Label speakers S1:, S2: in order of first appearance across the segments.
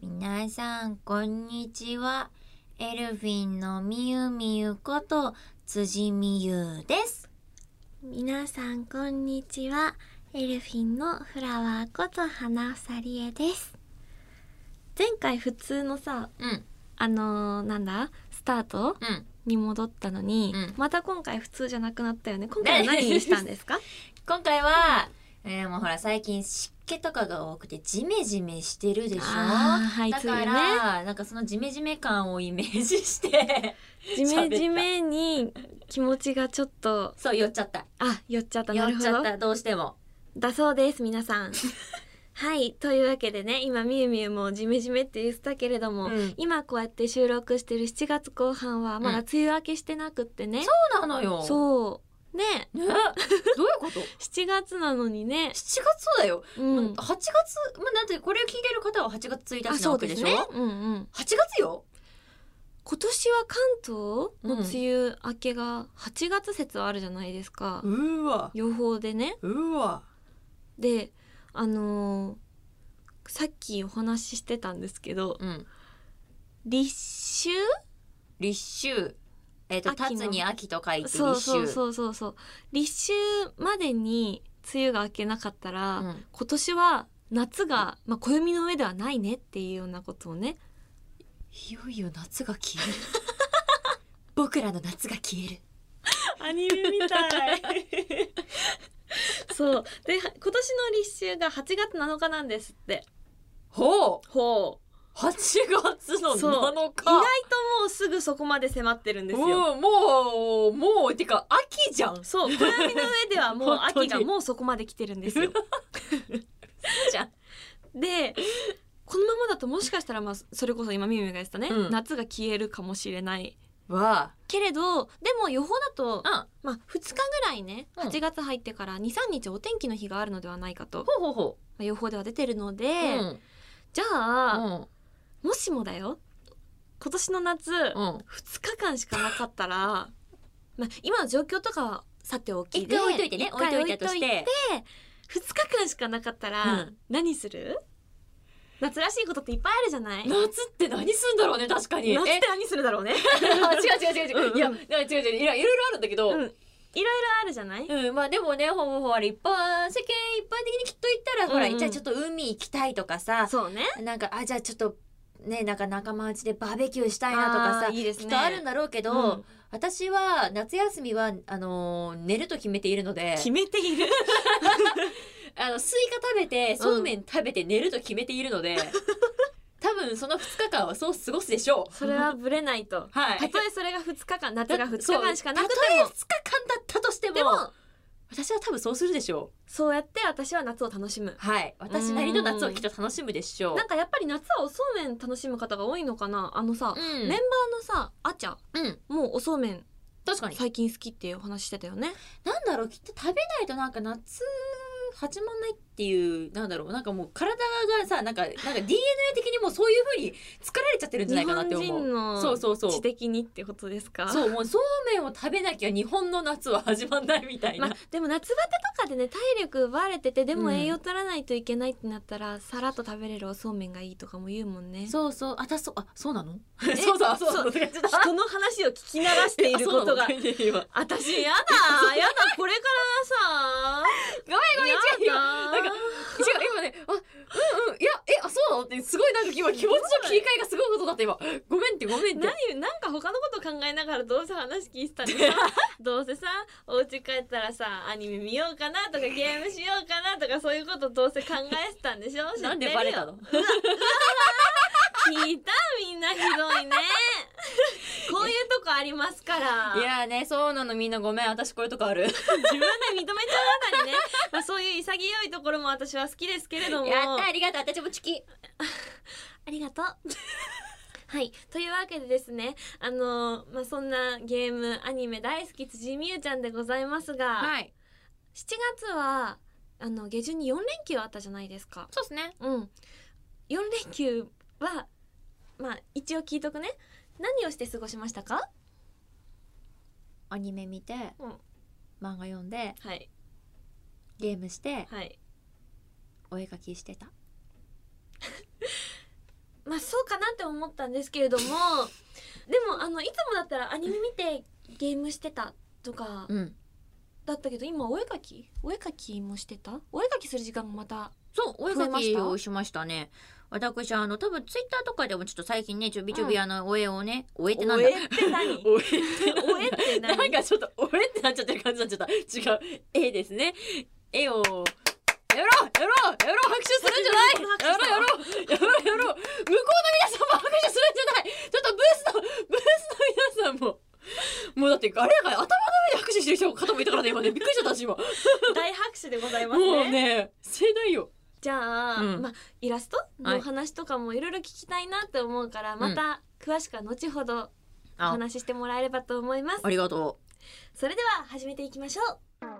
S1: 皆さん、こんにちは。エルフィンのみゆみゆこと辻みゆです。
S2: 皆さんこんにちはエルフィンのフラワーこと花さりえです前回普通のさ
S1: うん、
S2: あのー、なんだスタート
S1: うん。
S2: に戻ったのに、
S1: うん
S2: また今回普通じゃなくなったよね今回は何にしたんです か
S1: 今回は、えーもうほら、最近湿気とかが多くてジメジメしてるでしょ
S2: あーはい
S1: だか
S2: 梅
S1: ら、なんかそのジメジメ感をイメージして、
S2: ジメジメに気持ちがちょっと
S1: そう、酔っちゃった。
S2: あ酔っちゃった
S1: 酔
S2: なる
S1: っ
S2: ほ
S1: ちゃ
S2: ど
S1: った、どうしても。
S2: だそうです皆さ んはいというわけでね今みゆみゆもジメジメって言ってたけれども、
S1: うん
S2: 今こうやって収録してる7月後半はまだ
S1: うん
S2: 梅雨明けしてなくってね、
S1: そうなのよ。
S2: そうね
S1: ね、 どういうこと ?7
S2: 7月なのにね、
S1: 月だよ。
S2: う
S1: うん8、月、まあ、なんてこれを聞いてる方は8月1
S2: あ
S1: 日な
S2: そう
S1: わけ
S2: で
S1: ですしょ
S2: ね、うんうん、
S1: 8月よ
S2: 今年は関東の梅雨明けが8月説はあるじゃないですか、
S1: うわ
S2: 予報でね
S1: うわ
S2: であのーさっきお話ししてたんですけど
S1: うん
S2: 立秋
S1: 立秋えっ、と
S2: 秋の
S1: 立つに秋と書いて立
S2: そう
S1: 秋
S2: そうそうそうそう立秋までに梅雨が明けなかったら、
S1: うん
S2: 今年は夏が、まあ、暦の上ではないねっていうようなことを ね
S1: いよいよ夏が消える 僕らの夏が消える
S2: アニメみたいそうで今年の立秋が8月7日なんですって
S1: ほう
S2: ほう
S1: 8月の
S2: そう
S1: 7
S2: 意外
S1: 日
S2: ともうすぐそこまで迫ってるんですよ
S1: もうもうもうてか秋じゃん
S2: そう暦の上ではも う
S1: 本当
S2: 秋
S1: に
S2: がもうそこまで来てるんですよ
S1: じゃん
S2: でこのままだともしかしたらまあそれこそ今みゆみゆが言ってたね、
S1: うん
S2: 夏が消えるかもしれない
S1: わ
S2: けれどでも予報だと
S1: あ
S2: まあ2日ぐらいね
S1: うん
S2: 8月入ってから23日お天気の日があるのではないかと、ま
S1: ほうほうほ
S2: あ、予報では出てるので、
S1: ううん
S2: じゃあ、
S1: うん
S2: もしもだよ今年の夏、
S1: うん
S2: 2日間しかなかったら まあ今の状況とかはさておき
S1: 一
S2: で
S1: 回置いといてね
S2: 一
S1: 置い
S2: 回
S1: といたとして
S2: 2日間しかなかったら、
S1: うん
S2: 何する夏らしいことっていっぱいあるじゃない夏っ
S1: 夏って何すんだろうね確かに
S2: て
S1: え
S2: 何するだろうね
S1: あ 違う違う違う違う。いや、
S2: うんうん
S1: いや違う違う。いや、いろいろあるんだけど。
S2: うんいろいろあるじゃない、
S1: うん、まあでもね、ほぼほら、一般、世間一般的にきっと言ったら、ほら、
S2: うんうん
S1: じゃあちょっと海行きたいとかさ、
S2: そうね
S1: なんか、あ、じゃあちょっと、ね、なんか仲間内でバーベキューしたいなとか
S2: あ
S1: さ、
S2: ーいいです
S1: き
S2: ね
S1: っとあるんだろうけど、
S2: うん
S1: 私は夏休みは、あのー寝ると決めているので、
S2: 決めている
S1: あの、スイカ食べて、そうめん食べて寝ると決めているの で、多分その2日間はそう過ごすでしょう。
S2: それはブレないと
S1: はい。
S2: たとえそれが2日間夏が2日
S1: そう
S2: 間しかなくて
S1: た
S2: も
S1: とえ2日間だったとしても、
S2: でも
S1: 私は多分そうするでしょう。
S2: そうやって私は夏を楽しむ
S1: はい、私なりの夏をきっと楽しむでしょう。
S2: なんかやっぱり夏はおそうめん楽しむ方が多いのかなあのさ、
S1: うん
S2: メンバーのさあちゃ
S1: うん、
S2: もうおそうめん
S1: 確かに。
S2: 最近好きっていうお話してたよね
S1: なんだろう、きっと食べないとなんか夏始まんないっていう、なんだろう、なんかもう体がさ、なんか、なんか DNA 的にもうそういう風に作られちゃってるんじゃ
S2: 日
S1: ないかなっ
S2: 本
S1: て思
S2: 人
S1: う。
S2: の
S1: そうそうそう
S2: 知。的にってことですか
S1: そう、もうそうめんを食べなきゃ日本の夏は始まんないみたい
S2: ま
S1: な。
S2: あ、でも夏バテとかでね体力奪われててで
S1: う
S2: も
S1: ん
S2: 栄養取らないといけないってなったら、さらっと食べれるおそうめんがいいとかも言うもんね
S1: そうそう、あ、だそう、あ、そうなの そうだ、そうだ、そうだ。
S2: 人の話を聞き流していること が
S1: あそうなのいや今
S2: 私や だやだこれからさ
S1: ごめんごめん、違うよ。なんか違
S2: か
S1: う今ねあうんうんいやえあそうなのってすごいなんか今気持ちの切り替えがすごいことだった今ごめんってごめんって
S2: 何なんか他のこと考えながらどうせ話聞いてたんでさどうせさお家帰ったらさアニメ見ようかな とかゲームしようかなとかそういうことどうせ考えてたんでしょ知ってる よ
S1: なんでバレたの
S2: 聞いたみんなひど いねこういうとこありますから
S1: いやーねそうなのみんなごめん私こういうとこある
S2: 自分で認めちゃうあたりね、まあ、そういう潔いところも私は好きですけれども
S1: やったありがとう私もチキ
S2: ありがとう。 はい。というわけでですね、あのーまあ、そんなゲーム、アニメ大好き辻美優ちゃんでございますが、
S1: はい
S2: 7月は、あの、下旬に4連休あったじゃないですか。
S1: そうですね
S2: うん。4連休は、まあ、一応聞いとくね。何をして過ごしましたか
S1: アニメ見て、
S2: うん
S1: 漫画読んで
S2: はい。
S1: ゲームして
S2: はい。
S1: お絵描きしてた
S2: まあ、
S3: あそうかなって思ったんですけれどもでもあのいつもだったらアニメ見てゲームしてたとか
S1: うん
S3: だったけど今お絵描きお絵描きもしてたお絵描きする時間もまた
S1: そうお絵
S3: 増えま
S1: 描
S3: し
S1: き
S3: た
S1: をしましたね私あの多分ツイッターとかでもちょっと最近ねちょびちょび
S3: うん
S1: あのお絵をね、お絵ってなん
S3: お
S1: だ
S3: 絵って何
S1: お絵ってなんだ
S3: お絵って何
S1: なんかちょっと、おえってなっちゃってる感じになっちゃった。違う。絵ですね。絵を、やろうやろうやろう拍手するんじゃないやろうやろうやろうやろう向こうの皆さんも拍手するんじゃないちょっとブースの、ブースの皆さんも。もうだって、あれだから頭の上で拍手してる人方もいたからね、今ね。びっくりしちゃった、私今。も
S3: 大拍手でございますね
S1: うね、盛大よ。
S3: じゃあ、
S1: うん
S3: まあイラストの話とかもいろいろ聞きたいなって思うから、また詳しくは後ほどお
S1: あ、
S3: 話ししてもらえればと思います
S1: ありがと
S3: それでは始めていきましょう
S1: う。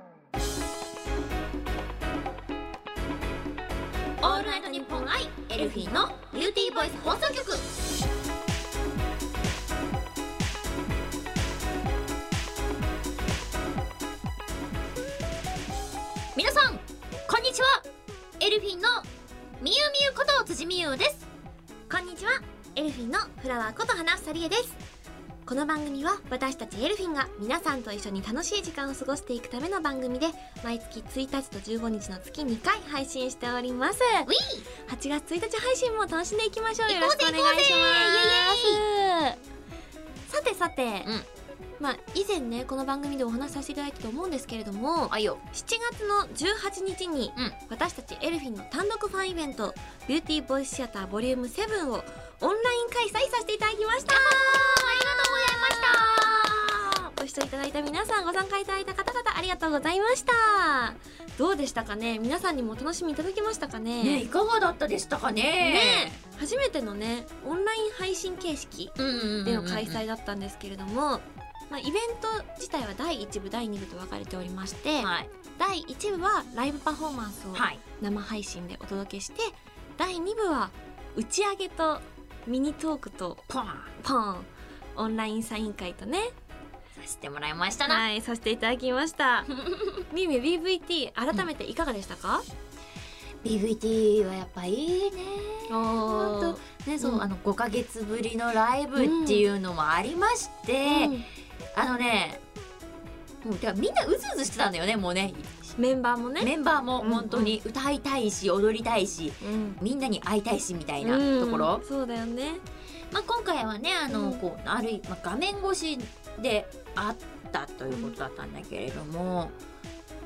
S1: オールナイトニッポンアイ、エルフィンのビューティーボイス放送局。皆さんこんにちはエルフィンのみゆみゆこと辻みゆです
S2: こんにちはエルフィンのフラワーこと花ふさりえですこの番組は私たちエルフィンが皆さんと一緒に楽しい時間を過ごしていくための番組で毎月1日と15日の月2回配信しております
S1: ウィ
S2: 8月1日配信も楽しんでいきましょうよ
S1: 行
S2: ろ
S1: こ
S2: し
S1: う
S2: く
S1: ぜ
S2: お願いしますさてさて、
S1: ん
S2: まあ以前ねこの番組でお話しさせていただいたと思うんですけれども、
S1: あいよ
S2: 7月の18日に、
S1: うん
S2: 私たちエルフィンの単独ファンイベント「ビューティーボイスシアターボリューム7をオンライン開催させていただきましたありがとうございましたご視聴いただいた皆さんご参加いただいた方々ありがとうございましたどうでしたかね皆さんにもお楽しみいただけましたかね
S1: ねいかがだったでしたかね
S2: ね初めてのねオンライン配信形式
S1: うんうんうんうん
S2: での開催だったんですけれども、まあ、イベント自体は第1部第2部と分かれておりまして、
S1: はい
S2: 第1部はライブパフォーマンスを
S1: はい
S2: 生配信でお届けして、第2部は打ち上げとミニトークと
S1: ポン
S2: ポーンオンラインサイン会とね
S1: させてもらいましたな、
S2: はいさせていただきました みゆみゆ BVT 改めていかがでしたか、
S1: BVT はやっぱいいね
S2: おー
S1: 本当ねそう、
S2: うん
S1: あの5ヶ月ぶりのライブっていうのもありまして、
S2: うん
S1: あのねもうてかみんなうずうずしてたんだよねもうね
S2: メンバーもね、
S1: メンバーも
S2: うん
S1: 本当に歌いたいし踊りたいし
S2: うん
S1: みんなに会いたいしみたいなところ、
S2: そうだよね
S1: まあ、今回はねあの、
S2: うん
S1: こうあるいまあ、画面越しであったということだったんだけれども、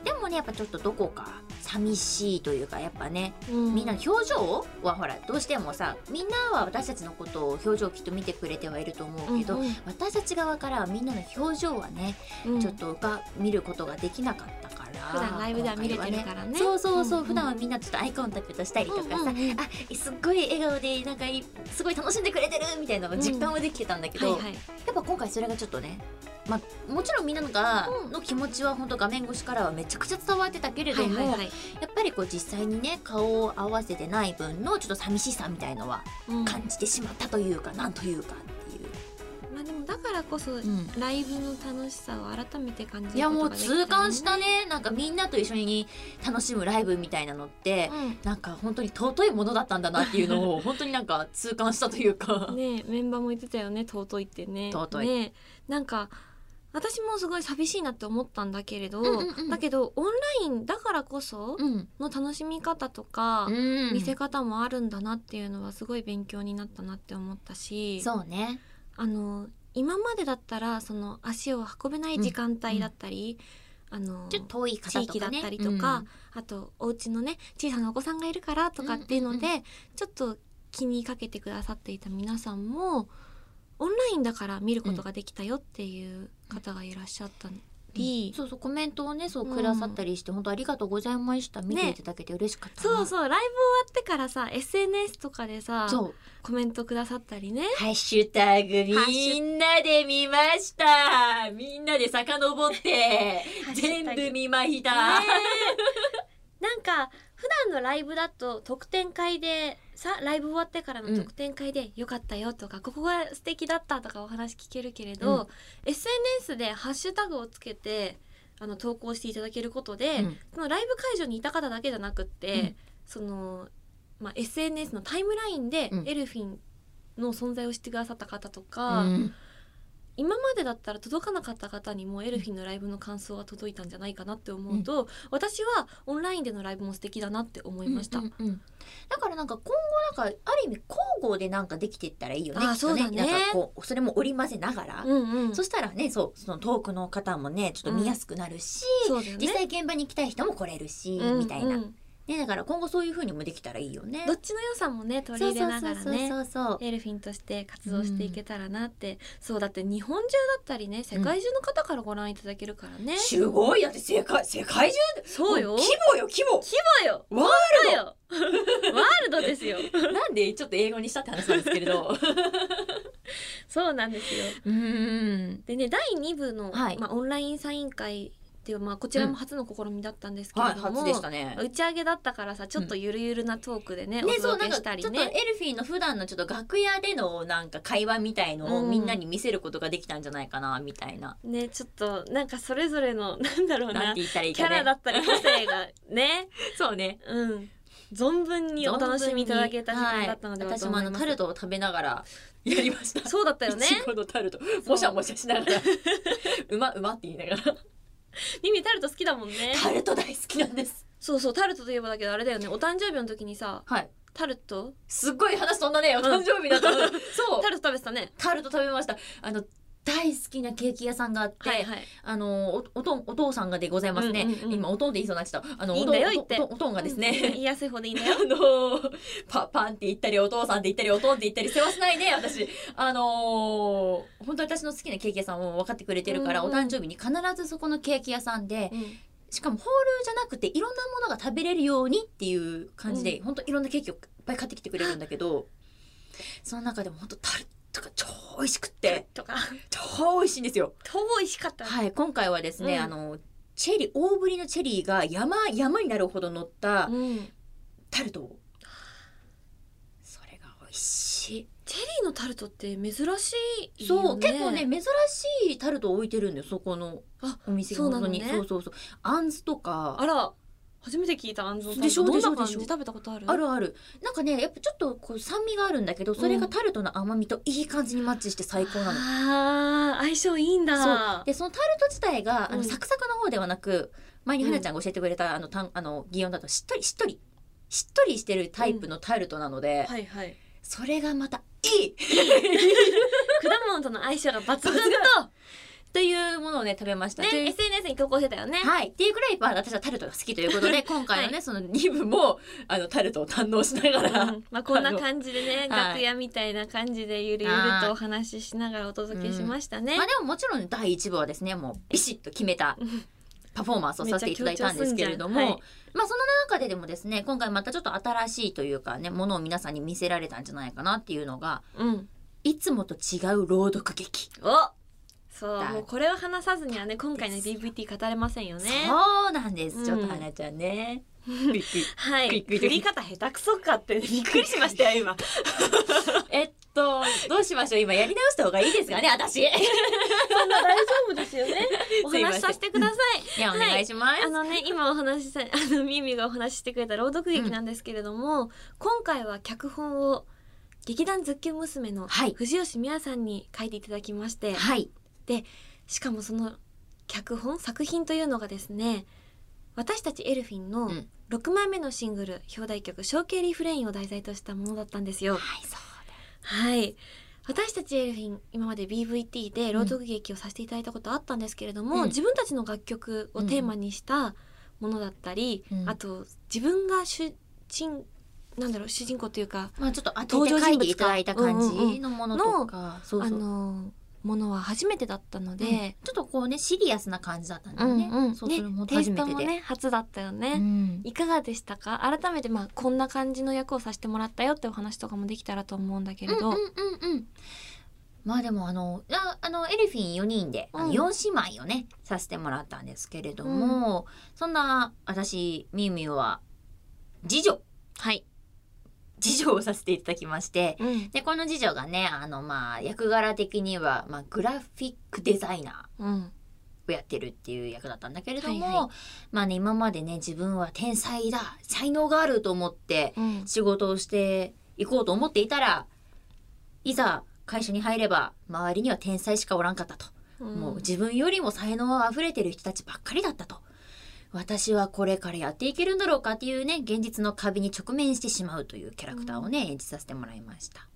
S1: でもねやっぱちょっとどこか寂しいというかやっぱねみんなの表情はほらどうしてもさみんなは私たちのことを表情をきっと見てくれてはいると思うけど、
S2: うん
S1: 私たち側からはみんなの表情はね、
S2: うん
S1: ちょっとが見ることができなかったから
S2: 普段ライブでは見れてる
S1: 今回はね
S2: からね
S1: そうそうそう、
S2: んん
S1: 普段はみんなちょっとアイコンタクトしたりとかさ、
S2: うんうんうん
S1: あすっごい笑顔でなんかいすごい楽しんでくれてるみたいなのを実感はできてたんだけ
S2: は
S1: ど、
S2: いはい
S1: やっぱ今回それがちょっとねまあ、もちろんみんなのが、
S2: うん
S1: の気持ちは本当画面越しからはめちゃくちゃ伝わってたけれども、
S2: はいはいはい
S1: やっぱりこう実際にね顔を合わせてない分のちょっと寂しさみたいのは
S2: うん
S1: 感じてしまったというか、なんというかっていう。
S2: まあでもだからこそ、ライブの楽しさを改めて感じることができた
S1: いやもう痛感した
S2: ね、
S1: ねなんかみんなと一緒に楽しむライブみたいなのって、なんか本当に尊いものだったんだなっていうのを本当になんか痛感したというか、
S2: ねえメンバーも言ってたよね尊いってね
S1: 尊い
S2: ねえなんか私もすごい寂しいなって思ったんだけれど、
S1: んうんうん
S2: だけどオンラインだからこそ
S1: うん
S2: の楽しみ方とか、見せ
S1: 店
S2: 方もあるんだなっていうのはすごい勉強になったなって思ったし
S1: そうね
S2: あの今までだったらその足を運べない時間帯だったり、あの
S1: ちょっと遠い方
S2: 地
S1: とか、ね、
S2: 域だったりとか、あとお家のね小さなお子さんがいるからとかっていうので、
S1: うんうん
S2: ちょっと気にかけてくださっていた皆さんもオンラインだから見ることができたよっていう方がいらっしゃった
S1: うん
S2: り、
S1: そうそうコメントをねそう
S2: うん
S1: くださったりして、本当ありがとうございました見ていただけて嬉しかったな、
S2: そうそうライブ終わってからさ SNS とかでさ
S1: そう
S2: コメントくださったりね
S1: ハッシュタグ
S2: ッシュ
S1: みんなで見ましたみんなで遡って
S2: ハッシュ
S1: 全
S2: タグ
S1: 部見ました、
S2: ねえなんか普段のライブだと特典会でさライブ終わってからの特典会で「よかったよ」とか、ここが素敵だった」とかお話聞けるけれど、SNS でハッシュタグをつけてあの投稿していただけることで、
S1: うん
S2: そのライブ会場にいた方だけじゃなくって、
S1: うん
S2: その、まあ、SNS のタイムラインで
S1: うん
S2: エルフィンの存在を知ってくださった方と
S1: う
S2: か、
S1: ん
S2: 今までだったら届かなかった方にもエルフィンのライブの感想が届いたんじゃないかなって思うと、私はオンラインでのライブも素敵だなって思いました。
S1: うんうんうんだからなんか今後なんかある意味交互でなんかできていったらいいよねき
S2: あー
S1: っと
S2: そうだね
S1: なんかこうそれも織り交ぜながら、
S2: うんうん、
S1: そしたらねそうその遠くの方もねちょっと見やすくなるし、
S2: そうだよね
S1: 実際現場に来たい人も来れるし、みたいな、
S2: うんうん
S1: ね、だから今後そういう風にもできたらいいよね
S2: どっちの良さもね取り
S1: そう
S2: 入
S1: そ
S2: れ
S1: う
S2: ながらね
S1: そうそうそう
S2: エルフィンとして活動していけたらなって、そうだって日本中だったりね世界中の方からご覧いただけるからね、
S1: すごいだって世界世界中
S2: そうよ
S1: 規模よ規模
S3: そうよ
S1: ワ
S3: そうよワールドですよ
S1: なんでちょっと英語にしたって話なんですけれど
S3: そうなんですよ
S1: うん
S2: でね第2部の、
S1: はい
S2: まあ、オンラインサイン会っていう、まあ、こちらも初の試みだったんですけれ
S1: はい
S2: ども、
S1: 初でしたね
S2: 打ち上げだったからさちょっとゆるゆるなトークでね、お
S1: ね、そうなん
S2: 届け
S1: か
S2: した
S1: ち
S2: り
S1: ょっと
S2: ね。
S1: エルフィーの普段のちょっと楽屋でのなんか会話みたいのを
S2: うん
S1: みんなに見せることができたんじゃないかなみたい な、
S3: ねちょっとなんかそれぞれ のなんだろう
S1: な
S3: なん
S1: て言ったらいい
S3: キ
S1: か
S3: ャラだ
S1: ね
S3: ったり個性がね
S1: そうね
S3: うん存分にお楽しみいただけた時間だったので
S1: はい
S3: はと
S1: 私も
S3: 思
S1: あ
S3: い
S1: の
S3: ま
S1: タ
S3: す、
S1: ルトを食べながらやりました
S2: そうだったよね
S1: い。ちごのタルトもしゃもしゃしながら うまうまって言いながら
S3: ミミタルト好きだもんね
S1: タルト大好きなんです
S2: そうそうタルトといえばだけどあれだよねお誕生日の時にさ
S1: はい
S2: タルト
S1: すっごい話そんなねお
S2: ん
S1: 誕生日だったの、そう
S2: タルト食べてたね。
S1: タルト食べましたあの大好きなケーキ屋さんがあって、
S2: はいはい。
S1: あのおおとんお父さんがでございますね、
S2: うんうんうん
S1: 今おとんで言いそうになっちゃったあの
S2: いいんだよ
S1: おと
S2: 言っ
S1: お
S2: て
S1: とんおとんがですね、
S2: 言いやすい方でいいんだ よ。
S1: あのーパパンって言ったりお父さんって言ったりおとんって言ったり世話しないね私あのー本当に私の好きなケーキ屋さんも分かってくれてるから、
S2: うんうん
S1: お誕生日に必ずそこのケーキ屋さんで
S2: うん
S1: しかもホールじゃなくていろんなものが食べれるようにっていう感じで、本当いろんなケーキをいっぱい買ってきてくれるんだけどその中でも本当タルトが超美味しくって
S2: とか
S1: 超美味しいんですよ。
S2: 遠いしかった。
S1: はい今回はですね、
S2: うん
S1: あのチェリー大ぶりのチェリーが山山になるほど乗った
S2: うん。
S1: タルトをそれが美味し
S2: チェリーのタルトって珍し
S1: い
S2: いよね。
S1: そう、結構ね珍しいタルトを置いてるんだよそこの
S2: あ
S1: お店
S2: そう
S1: 本
S2: な
S1: 当
S2: の
S1: に
S2: ね
S1: そう,、そうそうあんずとか
S2: あら初めて聞いた安蔵さん。
S1: でしょ
S2: どんな
S1: で
S2: 感
S1: し
S2: じ
S1: ょでしょ
S2: 食べたことある？
S1: あるあるなんかねやっぱちょっとこう酸味があるんだけどそれがタルトの甘みといい感じにマッチして最高なの、
S2: あー相性いいんだ。
S1: でそのタルト自体があ
S2: う
S1: の
S2: ん
S1: サクサクの方ではなく、前に花ちゃんが教えてくれたあのたんあの擬音だとしっとりしっとりしっとりしてるタイプのタルトなので、
S2: はいはい。
S1: それがまたいい
S2: 果物との相性が抜 群と
S1: というものをね食べました。という
S2: ね SNS に投稿してたよね。
S1: はい。っていうくらい、まあ、私はタルトが好きということ で、今回のね、その2部も、あの、タルトを堪能しながら、
S2: うんまあこんな感じでね
S1: はい
S2: 楽屋みたいな感じでゆるゆるとお話ししながらお届けしましたね
S1: まあ。でももちろん第1部はですね、もうビシッと決め た
S2: うん
S1: パフォーマンスをさせていただいたんですけれども、
S2: めっちゃ強調
S1: まあその中ででもですね、今回またちょっと新しいというかね、ものを皆さんに見せられたんじゃないかなっていうのが、
S2: うん。
S1: いつもと違う朗読劇。
S2: おそう
S1: だ
S2: もうこれを話さずにはね今回の DVT 語れませんよね。
S1: そうなんです、
S2: うん
S1: ちょっと花ちゃん ね。びっくり
S2: は
S1: クイ
S2: い。
S1: ックイック
S2: 振り方下手くそか ってびっくりしましたよ今。
S1: えっと、どうしましょう今やり直した方がいいですかね、 私。い
S2: そんな大丈夫ですよね。 お
S1: すいませ
S2: 話
S1: ん
S2: しさせてください。
S1: や、お願いします。
S2: あのね今お話しさ あのミミがお話ししてくれた朗読劇なんですけれども、今回は脚本を劇団ズッキュン娘の
S1: はい
S2: 藤吉美也さんに書いていただきまして、
S1: はい。
S2: しかもその脚本作品というのがですね私たちエルフィン
S1: う
S2: の
S1: ん
S2: 6枚目のシングル表題曲「ショーケーリフレイン」を題材としたものだったんです
S1: は
S2: よ。
S1: い、そう
S2: はい私たちエルフィン今まで BVT で朗読劇をさせていただいたことあったんですけれども、
S1: うん
S2: 自分たちの楽曲をテーマにしたものだったり、
S1: うん
S2: あと自分が主人なんだろう主人公というか
S1: まあちょっと当てて書いていただいた感
S2: 登場人
S1: じ
S2: 物
S1: のものとか、そうそう
S2: あのものは初めてだったので、
S1: ちょっとこうねシリアスな感じだったんだよね、
S2: うんうん
S1: そうそれも
S2: テイ
S1: 初
S2: ス
S1: め
S2: ト
S1: て
S2: も
S1: で、
S2: ね初だったよ
S1: う
S2: ね。
S1: ん、
S2: いかがでしたか改めてまあこんな感じの役をさせてもらったよってお話とかもできたらと思うんだけれど、
S1: うんうんうんうんまあでもあのああのエルフィン4人で、あの
S2: うん
S1: 4姉妹をねさせてもらったんですけれども、そんな私みゆみゆは次女
S2: はい、
S1: 次女をさせていただきまして
S2: うん
S1: でこの次女がねあのまあ役柄的には、まあ、グラフィックデザイナー
S2: うん、
S1: をやってるっていう役だったんだけれども、
S2: はいは
S1: まあね今までね自分は天才だ才能があると思って
S2: うん
S1: 仕事をしていこうと思っていたらいざ会社に入れば周りには天才しかおらんかったと、もう自分よりも才能あふれてる人たちばっかりだったと私はこれからやっていけるんだろうかっていうね現実の壁に直面してしまうというキャラクターをね、演じさせてもらいました、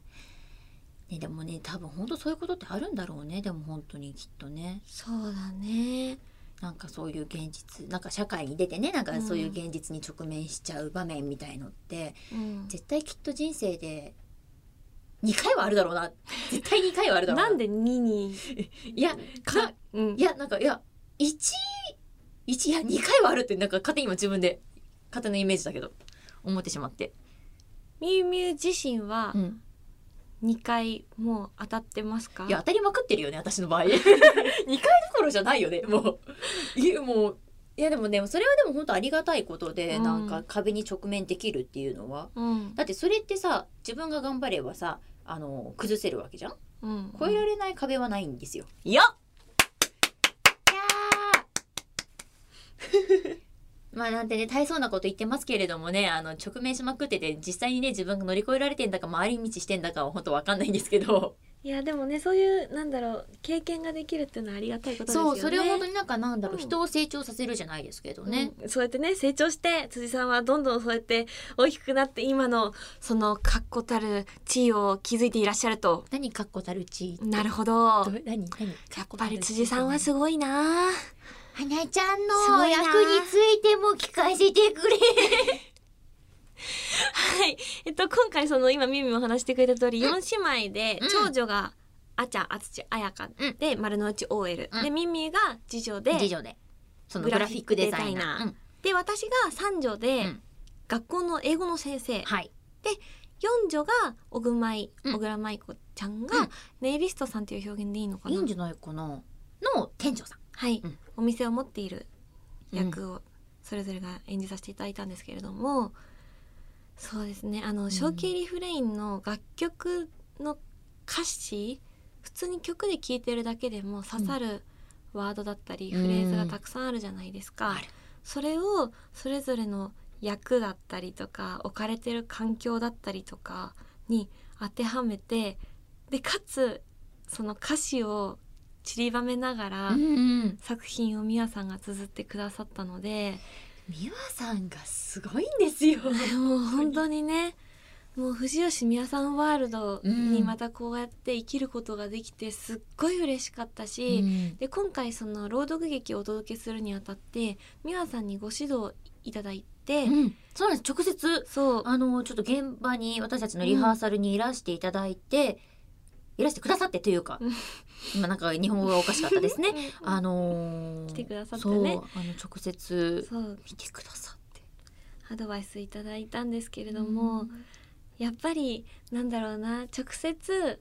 S1: ね、でもね多分本当そういうことってあるんだろうねでも本当にきっとね
S2: そうだね
S1: なんかそういう現実なんか社会に出てねなんかそういう現実に直面しちゃう場面みたいのって、
S2: うん
S1: 絶対きっと人生で2回はあるだろうな絶対2回はあるだろうな
S2: なんで2に
S1: いやか
S2: うん
S1: いやなんかいや一一いや2回はあるってなんか勝手に今自分で勝手なイメージだけど思ってしまって、
S2: みゆみゆ自身は
S1: うん
S2: 2回もう当たってますか
S1: いや当たりまくってるよね私の場合2回どころじゃないよねもういやもういやでもねそれはでも本当ありがたいことで、
S2: うん
S1: なんか壁に直面できるっていうのは
S2: うん
S1: だってそれってさ自分が頑張ればさあの崩せるわけじゃん
S2: うん
S1: 超えられない壁はないんですよ。よっ まあなんてね大層なこと言ってますけれどもねあの直面しまくってて実際にね自分が乗り越えられてんだか回り道してんだかは本当わかんないんですけど
S2: いやでもねそういうなんだろう経験ができるっていうのはありがたいことですよね
S1: そうそれは本当になんかなんだろう、
S2: うん
S1: 人を成長させるじゃないですけどね、
S2: うんそうやってね成長して辻さんはどんどんそうやって大きくなって今のその確固たる地位を築いていらっしゃると
S1: 何かっこたるち
S2: なるほど
S1: ど何何
S2: やっぱり辻さんはすごいな
S1: 花ちゃん
S2: すご
S1: の
S2: いな
S1: 役についても聞かせてくれ
S2: はいえっと今回その今ミミも話してくれた通り
S1: うん
S2: 4姉妹で
S1: うん
S2: 長女があちゃあつちあやか
S1: うん
S2: で丸の内 OL
S1: うん
S2: でミミが次女で
S1: 次女でそのグラフィックデザイナー
S2: グラフィックデザイナーで私が三女で
S1: うん
S2: 学校の英語の先生
S1: うんはい
S2: 四女が小熊井
S1: うん
S2: 小倉舞子ちゃん
S1: う
S2: が
S1: ん
S2: ネイリストさんという表現でいいのか
S1: い
S2: な、
S1: いんじゃないかなの店長さん
S2: はい、
S1: うん
S2: お店を持っている役をそれぞれが演じさせていただいたんですけれども、そうですねあの「
S1: ん
S2: 小径リフレイン」の楽曲の歌詞普通に曲で聴いてるだけでも刺さるワードだったり
S1: うん
S2: フレーズがたくさんあるじゃないですか。
S1: ある
S2: それをそれぞれの役だったりとか置かれてる環境だったりとかに当てはめてでかつその歌詞を散りばめながら、
S1: うん
S2: 作品をみやさんが綴ってくださったので
S1: 美和さんがすごいんですよ。
S2: もう本当にねもう藤吉みやさんワールドに
S1: うん
S2: またこうやって生きることができてすっごい嬉しかったし、で今回その朗読劇をお届けするにあたってみやさんにご指導いただいて、
S1: うんそうなんです直接
S2: そう
S1: あのちょっと現場に私たちのリハーサルにいらしていただいて、いらしてくださってというか、
S2: うん
S1: 今なんか日本語がおかしかったですね。
S2: うん
S1: あのー
S2: 来てくださったね
S1: そうあの直接
S2: そう
S1: 見てくださって
S2: アドバイスいただいたんですけれ
S1: け
S2: ども、やっぱりなんだろうな直接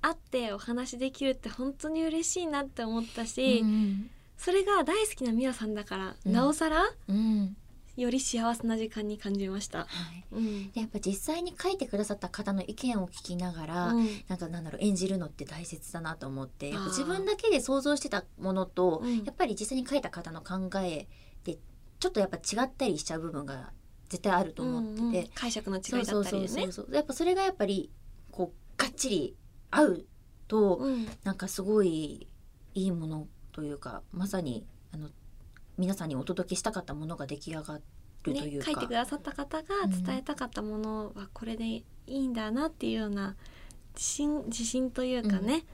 S2: 会ってお話できるって本当に嬉しいなって思ったし、
S1: うん
S2: それが大好きなミヤさんだから、
S1: うん
S2: なおさら
S1: うん
S2: より幸せな時間に感じました。
S1: はい、
S2: うん
S1: でやっぱ実際に書いてくださった方の意見を聞きながら、
S2: うん
S1: なんかなんだろう演じるのって大切だなと思ってやっぱ
S2: あー
S1: 自分だけで想像してたものと、
S2: うん
S1: やっぱり実際に書いた方の考えでちょっとやっぱ違ったりしちゃう部分が絶対あると思ってて、
S2: うんうん解釈の
S1: そ
S2: 違
S1: う
S2: いだ
S1: そ
S2: っ
S1: う
S2: た
S1: そ
S2: り
S1: う
S2: で
S1: そ
S2: ね
S1: う。そうやっぱそれがやっぱりこうがっちり合うと、
S2: うん
S1: なんかすごいいいものというかまさにあの皆さんにお届けしたかったものが出来上がるとい
S2: ね、
S1: う
S2: 書
S1: か、
S2: いてくださった方が伝えたかったものはこれでいいんだなっていうような自信自信というかね、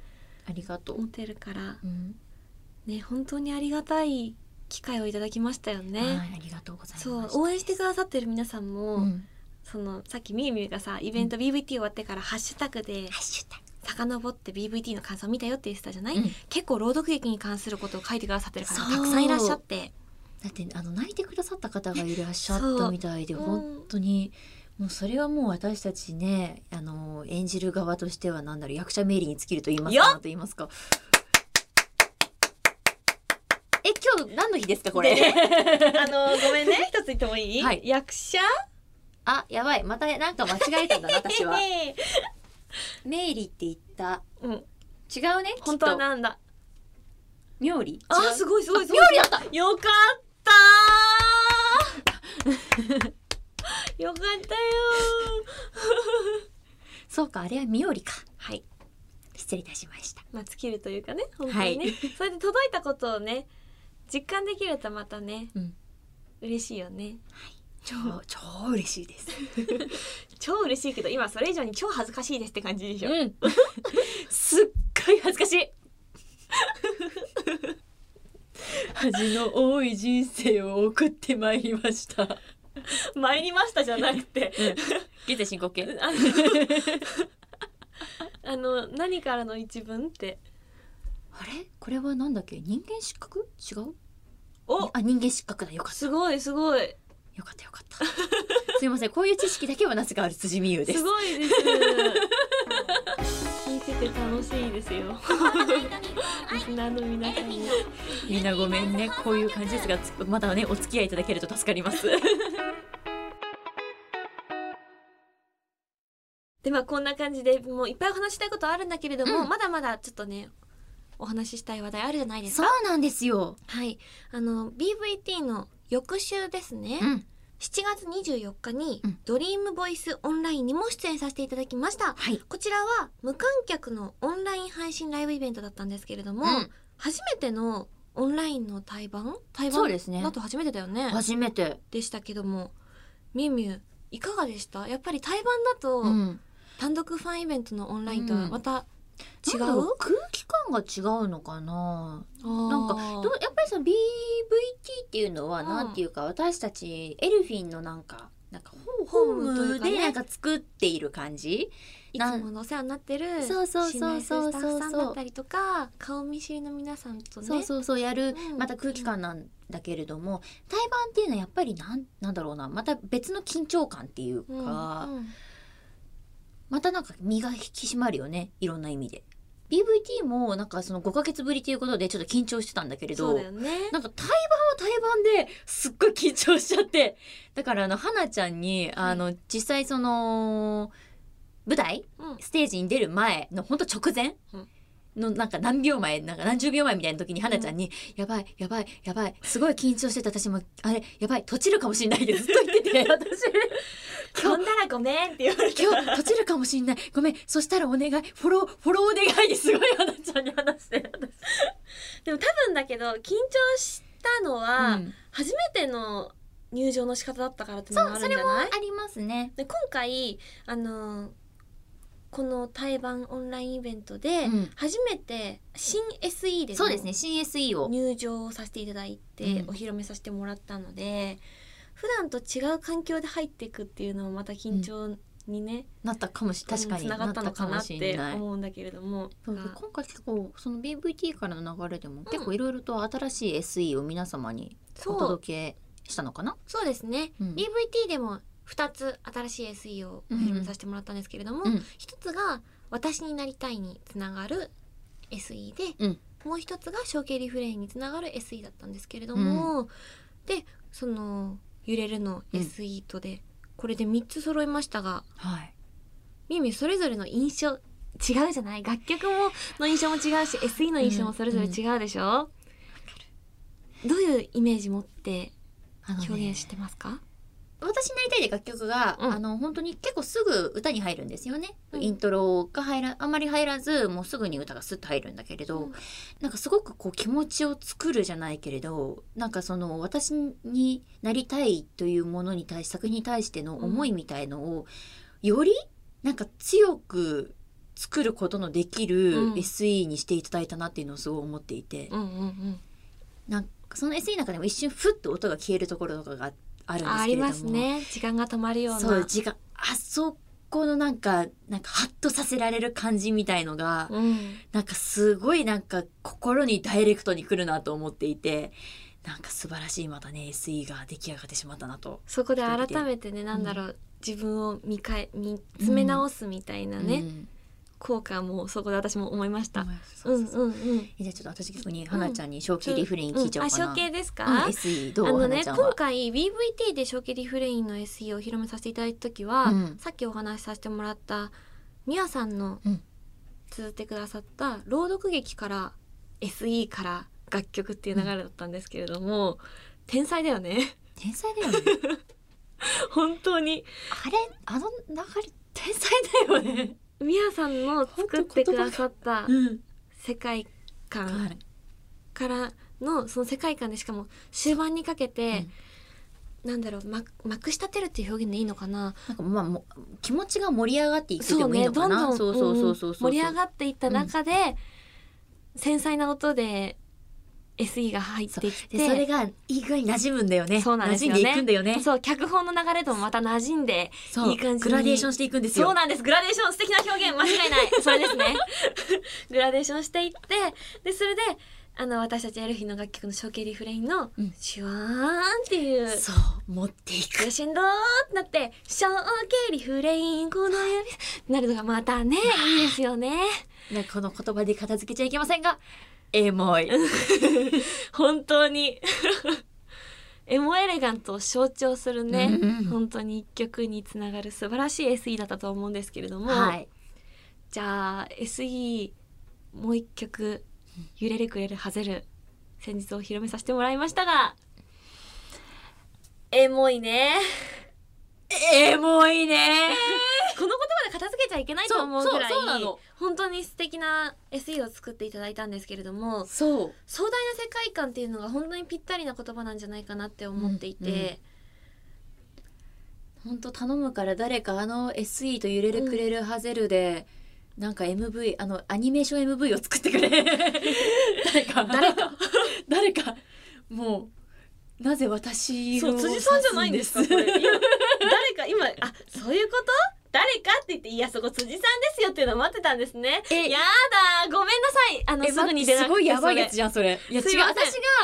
S1: ありがとう
S2: 持。てるから
S1: うん
S2: ね本当にありがたい機会をいただきましたよね。
S1: はい、ありがとうございます。
S2: そう応援してくださってる皆さんも、
S1: うん
S2: そのさっきみゆみゆがさイベント BVT 終わってからハッシュタグで
S1: ハッシュタグ
S2: 遡って BVT の感想見たよって言ってたじゃない、
S1: うん
S2: 結構朗読劇に関することを書いてくださってる方
S1: そう
S2: がたくさんいらっしゃって
S1: だってあの泣いてくださった方がいらっしゃっ
S2: そ
S1: た
S2: う
S1: み たいで
S2: うん
S1: 本当に、もうそれはもう私たちねあの演じる側としてはなんだろう役者名理に尽きると言います
S3: よ
S1: か
S3: っ
S1: なんと言いますか。え今日何の日ですかこれ、
S3: あのごめんね 一つ言ってもいい、
S1: はい
S3: 役者
S1: あやばいまたなんか間違えたんだな私は
S3: え
S1: 名理って言った
S3: ー うん
S1: 違うね
S3: 本当は
S1: きっと
S3: なんだ
S1: 妙理
S3: あーすごいすごいすごい
S1: 妙理だった
S3: よかった ーよかったよ
S1: そうかあれは妙理か
S3: ー
S2: はい
S1: 失礼いたしました。
S3: まあ尽きるというかね本当にね、
S1: は
S3: それで届いたことをね実感できるとまたね、
S1: うん
S3: 嬉しいよね
S1: 超超嬉しいです。
S3: 超嬉しいけど今それ以上に超恥ずかしいですって感じでしょ、
S1: うん。 すっごい恥ずかし い。恥の多い人生を送ってまいりました。
S3: 参りましたじゃなくて
S1: 現在進行形。
S3: あの あの何からの一文って
S1: あれこれはなんだっけ人間失格違う
S3: お
S1: あ人間失格だよかった
S3: すごいすごい
S1: よかったよかった すいませんこういう知識だけはなぜかある辻美優ですす
S3: ごい です聞いてて楽しいですよ リスナーの皆さんに
S1: みんなごめんねこういう感じですがつまだねお付き合いいただけると助かります
S3: でまあこんな感じでもういっぱいお話ししたいことあるんだけれども、
S1: うん
S3: まだまだちょっとねお話ししたい話題あるじゃないですか
S1: うなんですよ
S3: はいあの BVT の翌週ですね、
S1: うん
S3: 7月24日に
S1: うん
S3: 「ドリームボイスオンライン」にも出演させていただきました
S1: はい
S3: こちらは無観客のオンライン配信ライブイベントだったんですけれども、
S1: うん
S3: 初めてのオンラインの対バン対バ
S1: そう
S3: ン
S1: ですね
S3: だと初めてだよね
S1: 初めて
S3: でしたけどもみゆみゆいかがでしたやっぱり対バンだと、
S1: ん
S3: 単独ファンイベントのオンラインとはまた違
S1: 違
S3: う、
S1: う空気感が違うのかな
S3: な
S1: なんかどうやっぱりその BVT っていうの
S3: う
S1: は
S3: ん
S1: なんていうか、私たちエルフィンのなんかなんか
S3: ホ
S1: ホ
S3: ー
S1: ー
S3: ムという
S1: ム
S3: かね
S1: でなんか作っている感じ、
S3: いつものお世話になってる
S1: そうそうそうそうそ
S3: 信頼するス
S1: うそう
S3: タッフさんだったりとか顔見知りの皆さんとね
S1: そうそうそうやる、
S3: うん
S1: また空気感なんだけれども対バンっていうのはやっぱりなんなんだろうなまた別の緊張感っていうか、
S3: うんうん
S1: またなんか身が引き締まるよねいろんな意味で BVT もなんかその5ヶ月ぶりということでちょっと緊張してたんだけれど
S3: そうだよね
S1: なんか対バンは対バンですっごい緊張しちゃってだからあの花ちゃんにあの実際その舞台
S3: うん
S1: ステージに出る前のほんと直前
S3: うん
S1: のなんか何秒前なんか何十秒前みたいな時に花ちゃんに「やばいやばいやばいすごい緊張してて私もあれやばい閉じるかもしんない」ってずっと言 ってて私
S3: 飛んだらごめんって言われて
S1: 今日閉じるかもしんないごめんそしたらお願いフォローフォローお願いですごい花ちゃんに話して私
S2: でも多分だけど緊張したの
S1: う
S2: は、
S1: ん
S2: 初めての入場の仕方だったからってのもあるんじゃない
S1: りますね。
S2: で今回あのーこの対バンオンラインイベントで、
S1: うん
S2: 初めて新 SE での
S1: そうですね CSE を
S2: 入場をさせていただいて、
S1: うん
S2: お披露目させてもらったので普段と違う環境で入っていくっていうのもまた緊張にね、
S1: なったかもし確かに
S2: つながったのかなっ
S1: ったか
S2: て
S1: もしんない
S2: 思うんだけれども
S1: そうそう
S2: が
S1: 今回結構その BVT からの流れでも結構いろいろと新しい SE を皆様にお
S2: そう
S1: 届けしたのかな、
S2: そうですね、
S1: うん
S2: BVT でも2つ新しい SE をお披露目させてもらったんですけれども、
S1: うんうん
S2: 一つが「私になりたい」につながる SE で、
S1: うん
S2: もう一つが「象形リフレイン」につながる SE だったんですけれども、でその「揺れる」の SE とで、これで3つ揃いましたが
S1: はい
S2: ミミそれぞれの印象違うじゃない楽曲もの印象も違うし SE の印象もそれぞれ違うでしょ、どういうイメージ持って
S1: あのね
S2: 表現してますか、
S1: 私になりたいで楽曲が、
S2: うん
S1: あの本当に結構すぐ歌に入るんですよね、
S2: うん
S1: イントロが入らあんまり入らずもうすぐに歌がスッと入るんだけれど、
S2: うん
S1: なんかすごくこう気持ちを作るじゃないけれどなんかその私になりたいというものに対し作品に対しての思いみたいのを、よりなんか強く作ることのでき
S3: うん
S1: る SE にしていただいたなっていうのをすごい思っていて、
S3: うんうんうん
S1: なんかその SE の中でも一瞬ふっと音が消えるところとかがあるんですけれども
S2: あありますね時間が止まるような
S1: そう時間あそこのなんかなんかハッとさせられる感じみたいのが、
S2: うん
S1: なんかすごいなんか心にダイレクトに来るなと思っていてなんか素晴らしいまたね SE が出来上がってしまったなと。
S2: そこで
S1: 一人
S2: 改
S1: で
S2: めてねなんだろう、自分を見かえ見つめ直すみたいなね、
S1: うん
S2: 効果もそこで私も思いました。
S1: そううんそううんそう
S2: うん。
S1: じゃあちょっと私逆に花ちゃんに正気リフレイン聞いちゃおうかな、
S2: あ、象形ですか？
S1: うん SE どう
S2: あのね
S1: 花ちゃんは
S2: 今回 BVT で象形リフレインの SE をお披露目させていただいた時は、
S1: うん
S2: さっきお話しさせてもらったミワさんの
S1: うん
S2: 綴ってくださった朗読劇から SE から楽曲っていう流れだったんですけれども、天才だよね
S1: 天才だよね
S2: 本当に
S1: あれあの流れ天才だよね
S3: ミヤさんの作ってくださった
S1: うん
S2: 世界観
S1: はい
S2: からのその世界観でしかも終盤にかけて、なんだろうままくし立てるっていう表現でいいのかな
S1: なんかまあもう気持ちが盛り上がっていく
S2: そ
S1: で
S2: う
S1: もいい
S2: ね
S1: のか
S2: どんど
S1: な。
S2: ん
S1: そうそうそうそううんそう。
S2: 盛り上がっていった中で、繊細な音で SE が入ってきて
S1: でそれがいい具合に馴染むんだよね。
S2: そうなんですよね
S1: 馴染んでいくんだよね。
S2: そう脚本の流れともまた馴染んで
S1: そう
S2: いい感じに
S1: グラデーションしていくんですよ。
S2: そうなんですグラデーション素敵な表現間違いない それですねグラデーションしていってでそれであの私たちエルフィの楽曲の「ショーケリフレイン」の
S1: うん
S2: 「シュワーン」っていう、
S1: そう持っていく。
S2: よしんどーってなって「ショーケリフレインこの指」なるのがまたねいいですよね
S1: なんかこの言葉で片付けちゃいけませんが、エモい。
S2: 本当に エモエレガントを象徴するね、
S1: うん
S2: 本当に一曲につながる素晴らしい SE だったと思うんですけれども、
S1: はい。
S2: じゃあ SE もう一曲「揺れるくれるはぜる」先日お披露目させてもらいましたがエモいね
S1: エモいね。
S2: この言葉で片付けちゃいけないと思うぐらい
S1: そうそうそうなの
S2: 本当に素敵な SE を作っていただいたんですけれども
S1: そう。
S2: 壮大な世界観っていうのが本当にぴったりな言葉なんじゃないかなって思っていて、
S1: うんうん本当頼むから誰かあの SE と揺れるくれるハゼルで、なんか MV あのアニメーション MV を作ってくれ誰か
S2: 誰か
S1: 誰かもうなぜ私
S3: そう
S1: を
S3: 辻さんじゃないんですかこれ
S1: 指すん
S3: 今
S1: です
S3: 誰か今あそういうこと誰かって言っていやそこ辻さんですよっていうのを待ってたんですね
S1: え
S3: や
S2: あーごめんなさいあの
S1: え
S2: すぐに出なく
S1: すごいやばいや
S2: つ
S1: つじゃんそれいや違う
S2: す
S1: 私
S2: い
S1: が
S2: ま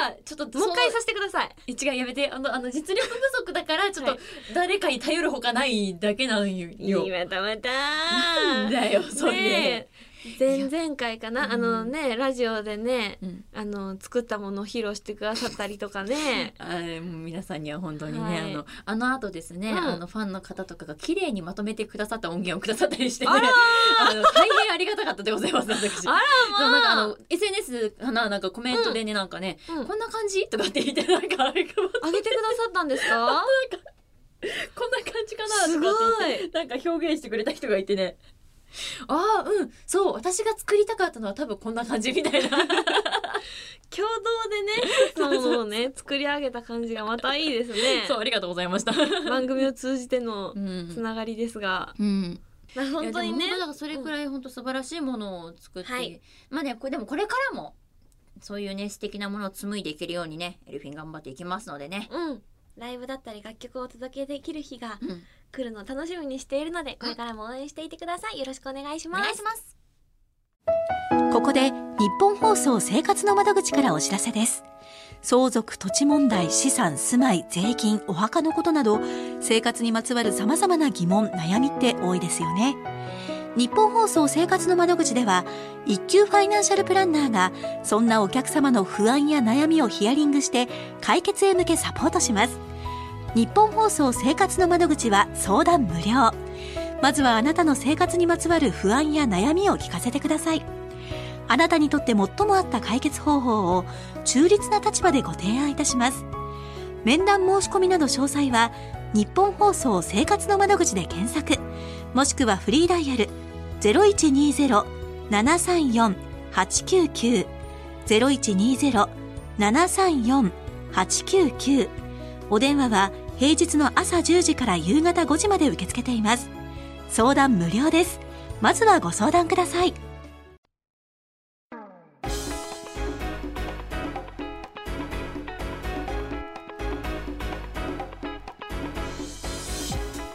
S2: せん
S1: ちょっと
S2: もう一回
S1: そ
S2: させてください
S1: の違うやめてあのあの実力不足だからちょっ
S3: は
S1: と誰かに頼るほかないだけなんよ、
S3: 今たまた
S1: なんだよそれ、
S2: ねえ前々回か
S1: い
S2: な
S1: や
S2: あのねラジオでね
S1: うん
S2: あの作ったものを披露してくださったりと かね
S1: あーもう皆さんには本当にね、
S2: はい
S1: あのあの後ですね、
S2: うん
S1: あのファンの方とかが綺麗にまとめてくださった音源をくださったりしてね
S2: あらー
S1: あの大変ありがたかったでございます私
S2: あらまあ
S1: そうなんかあの SNS かななんかコメントでね、なんかね、
S2: うん
S1: こんな感じとかって言ってなんかあれかも
S2: あげてくださったんですか
S1: こんな感じかな
S2: す
S1: と
S2: ごい
S1: かって言って なんか表現してくれた人がいてねああうんそう私が作りたかったのは多分こんな感じみたいな
S3: 共
S2: そうものをね作り上げた感じがまたいいですね
S1: そうありがとうございました、
S2: 番組を通じてのつ
S1: ん
S2: ながりですが
S1: うん、
S3: 同でね本当にね
S1: いやでも本当だからそれくらい本当素晴らしいものを作って、
S2: はい
S1: まあねこれでもこれからもそういうね素敵なものを紡いでいけるようにねエルフィン頑張っていきますのでね。
S2: うんライブだったり楽曲をお届けできる日が
S1: うん、
S2: 来るのを楽しみにしているのでこれからも応援していてくださいよろしくお願いし
S1: お
S2: ま
S1: 願い
S2: す
S1: します。
S4: ここで日本放送生活の窓口からお知らせです。相続、土地問題、資産、住まい、税金、お墓のことなど、生活にまつわる様々な疑問、悩みって多いですよね。日本放送生活の窓口では、一級ファイナンシャルプランナーが、そんなお客様の不安や悩みをヒアリングして、解決へ向けサポートします。日本放送生活の窓口は相談無料。まずはあなたの生活にまつわる不安や悩みを聞かせてください。あなたにとって最も合った解決方法を中立な立場でご提案いたします。面談申し込みなど詳細は、日本放送生活の窓口で検索、もしくはフリーダイヤル0120-734-899、0120-734-899お電話は平日の朝10時から夕方5時まで受け付けています。相談無料です。まずはご相談ください。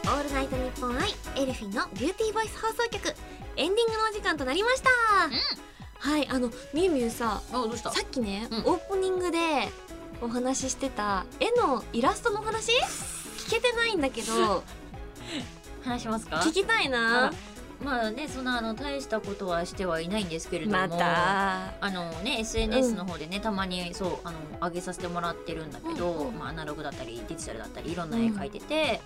S2: オールナイトニッポンアイエルフィンのビューティーボイス放送局エンディングのお時間となりました、はいあのみゆみゆさ
S1: あどうした
S2: さっきね、
S1: うん
S2: オープニングでお話ししてた絵のイラストのお話聞けてないんだ けど
S1: 話しますか
S2: 聞きたいな
S1: まあねそんなあの大したことはしてはいないんですけれども。
S2: また
S1: あのね、SNS の方でね、たまにそうあの上げさせてもらってるんだけど、
S2: うんうん
S1: まあ、アナログだったりデジタルだったりいろんな絵描いてて、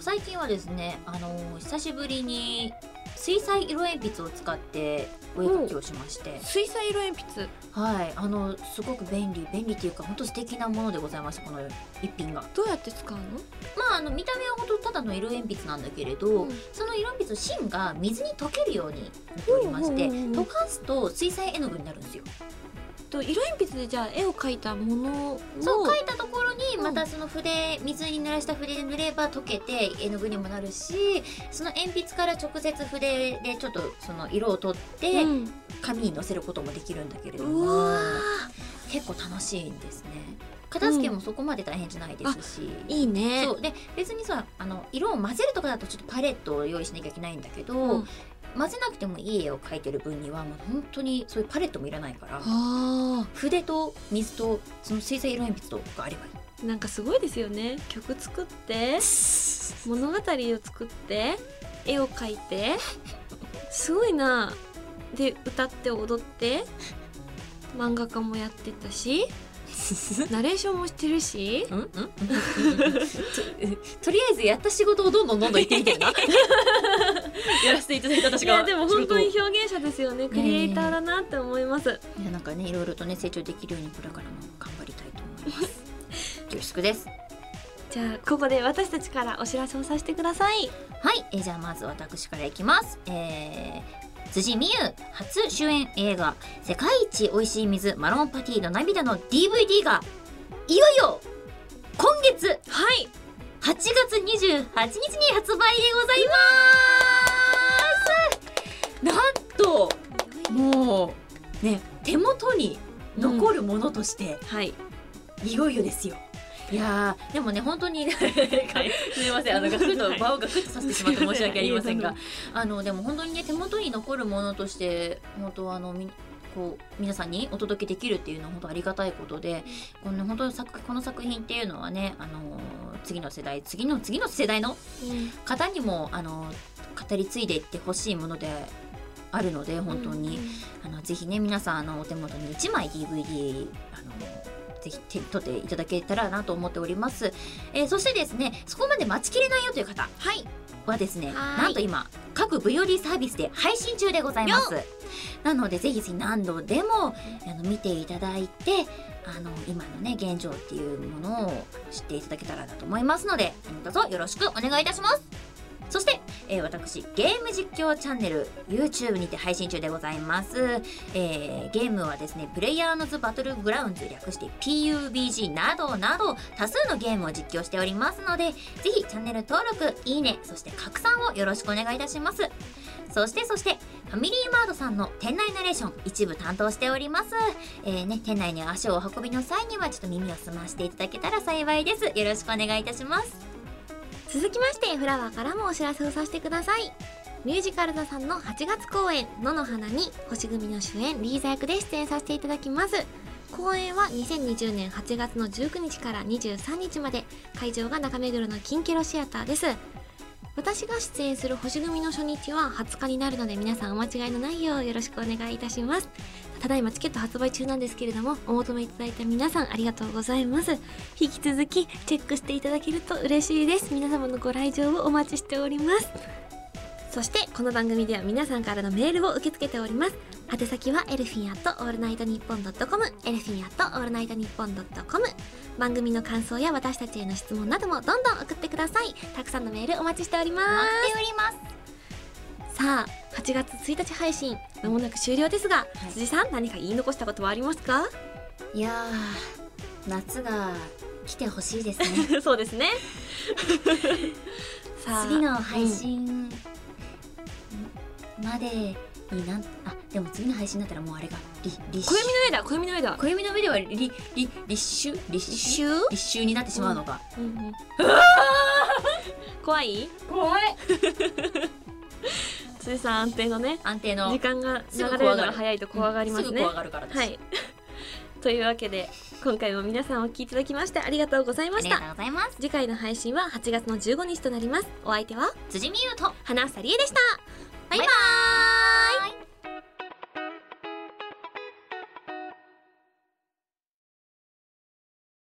S1: 最近はですねあの久しぶりに水彩色鉛筆を使ってお絵描きをしまして、
S2: 水彩色鉛筆
S1: はいあのすごく便利便利っていうか本当素敵なものでございましたこの一品が
S2: どうやって使うの
S1: まああの見た目は本当ただの色鉛筆なんだけれど、
S2: うん
S1: その色鉛筆の芯が水に溶けるようになっておりまして、
S2: うんうんうんうん
S1: 溶かすと水彩絵の具になるんですよ
S2: と色鉛筆でじゃあ絵を描いたものを
S1: そう書いたところに
S2: ん
S1: またその筆水に濡らした筆で塗れば溶けて絵の具にもなるしその鉛筆から直接筆でちょっとその色を取って
S2: うん
S1: 紙にのせることもできるんだけれど
S2: う
S1: も
S2: わ
S1: 結構楽しいんですね片付けもそこまで大変じゃないですし、
S2: いいね
S1: そうで別にさあの色を混ぜるとかだとちょっとパレットを用意しなきゃいけないんだけど、
S2: うん
S1: 混ぜなくてもいい絵を描いてる分にはもう本当にそういうパレットもいらないから
S2: あ
S1: 筆と水とその水彩色鉛筆とがあ ればいい。
S2: ーなんかすごいですよね曲作って物語を作って絵を描いてすごいなで歌って踊って漫画家もやってたしナレーションもしてるし
S1: ん んととりあえずやった仕事をどんどんどんどん言ってみてるな
S5: やらせていただいた私
S2: い
S5: が
S2: やでも本当
S5: 仕
S2: に表現者ですよねクリエイターだなって思います
S1: いやなんかねいろいろとね成長できるようにこれからも頑張りたいと思います 恐縮です
S2: じゃあここで私たちからお知らせをさせてください
S1: はい、えーじゃあまず私からいきます。えー辻美優初主演映画「世界一おいしい水マロンパティの涙」の DVD がいよいよ今月
S2: はい
S1: 8月28日に発売でございますなんともうね手元に残るものとして、
S2: はい
S1: いよいよですよ。いやーでもね本当 に
S5: 事すみませんあのガクッと場をガクッとさせてしまって申し訳ありません が
S1: あのでも本当にね手元に残るものとして本当あのみこう皆さんにお届けできるっていうのは本当ありがたいことで、この本当に作この作品っていうのはねあの次の世代次の次の世代の方にもあの語り継いでいってほしいものであるので本当に、あのぜひね皆さんあのお手元に1枚 DVD あのぜひ手に取っていただけたらなと思っております、えーそしてですねそこまで待ちきれないよという方はいはですね
S2: はい
S1: なんと今各 VOD サービスで配信中でございますなのでぜひぜひ何度でもあの見ていただいてあの今のね現状っていうものを知っていただけたらなと思いますので何卒よろしくお願いいたしますそして、えー私ゲーム実況チャンネル YouTube にて配信中でございます、えーゲームはですねプレイヤーのズバトルグラウンズ略して PUBG などなど多数のゲームを実況しておりますのでぜひチャンネル登録いいねそして拡散をよろしくお願いいたしますそしてそしてファミリーマートさんの店内ナレーション一部担当しております、えーね、店内に足をお運びの際にはちょっと耳を澄ましていただけたら幸いですよろしくお願いいたします
S2: 続きましてフラワーからもお知らせをさせてくださいミュージカル座さんの8月公演「野の花」に星組の主演リーザ役で出演させていただきます公演は2020年8月の19日から23日まで会場が中目黒のキンケロシアターです私が出演する星組の初日は20日になるので皆さんお間違いのないようよろしくお願いいたしますただいまチケット発売中なんですけれどもお求めいただいた皆さんありがとうございます引き続きチェックしていただけると嬉しいです皆様のご来場をお待ちしておりますそしてこの番組では皆さんからのメールを受け付けております宛先はエルフィンアットオールナイトニッポンドットコムエルフィンアットオールナイトニッポンドットコム番組の感想や私たちへの質問などもどんどん送ってくださいたくさんのメールお待ちしております
S1: 待っております
S2: さあ8月1日配信まもなく終了ですが、
S1: い
S2: 辻さん何か言い残したことはありますか
S1: いやー夏が来てほしいですね
S2: そうですねさあ
S1: 次の配信までになんあでも次の配信だったらもうあれがり立
S2: 暦の上だ暦の上だ
S1: 暦の上ではりり立秋立秋立秋になってしまうのか、
S2: 怖い
S1: 怖い
S2: 辻さん安定のね
S1: 安定の
S2: 時間が流
S1: す
S2: れ
S1: ぐ
S2: るの
S1: 怖が
S2: が
S1: る
S2: 早いと怖がります
S1: すぐ
S2: ね、
S1: 怖がるからです、
S2: はい というわけで今回も皆さんお聞きいただきましてありがとうござい
S1: あ
S2: まし
S1: りがと
S2: た
S1: うございます
S2: 次回の配信は8月の15日となりますお相手は
S1: 辻美優と
S2: 花房理恵でした
S1: バイバーイ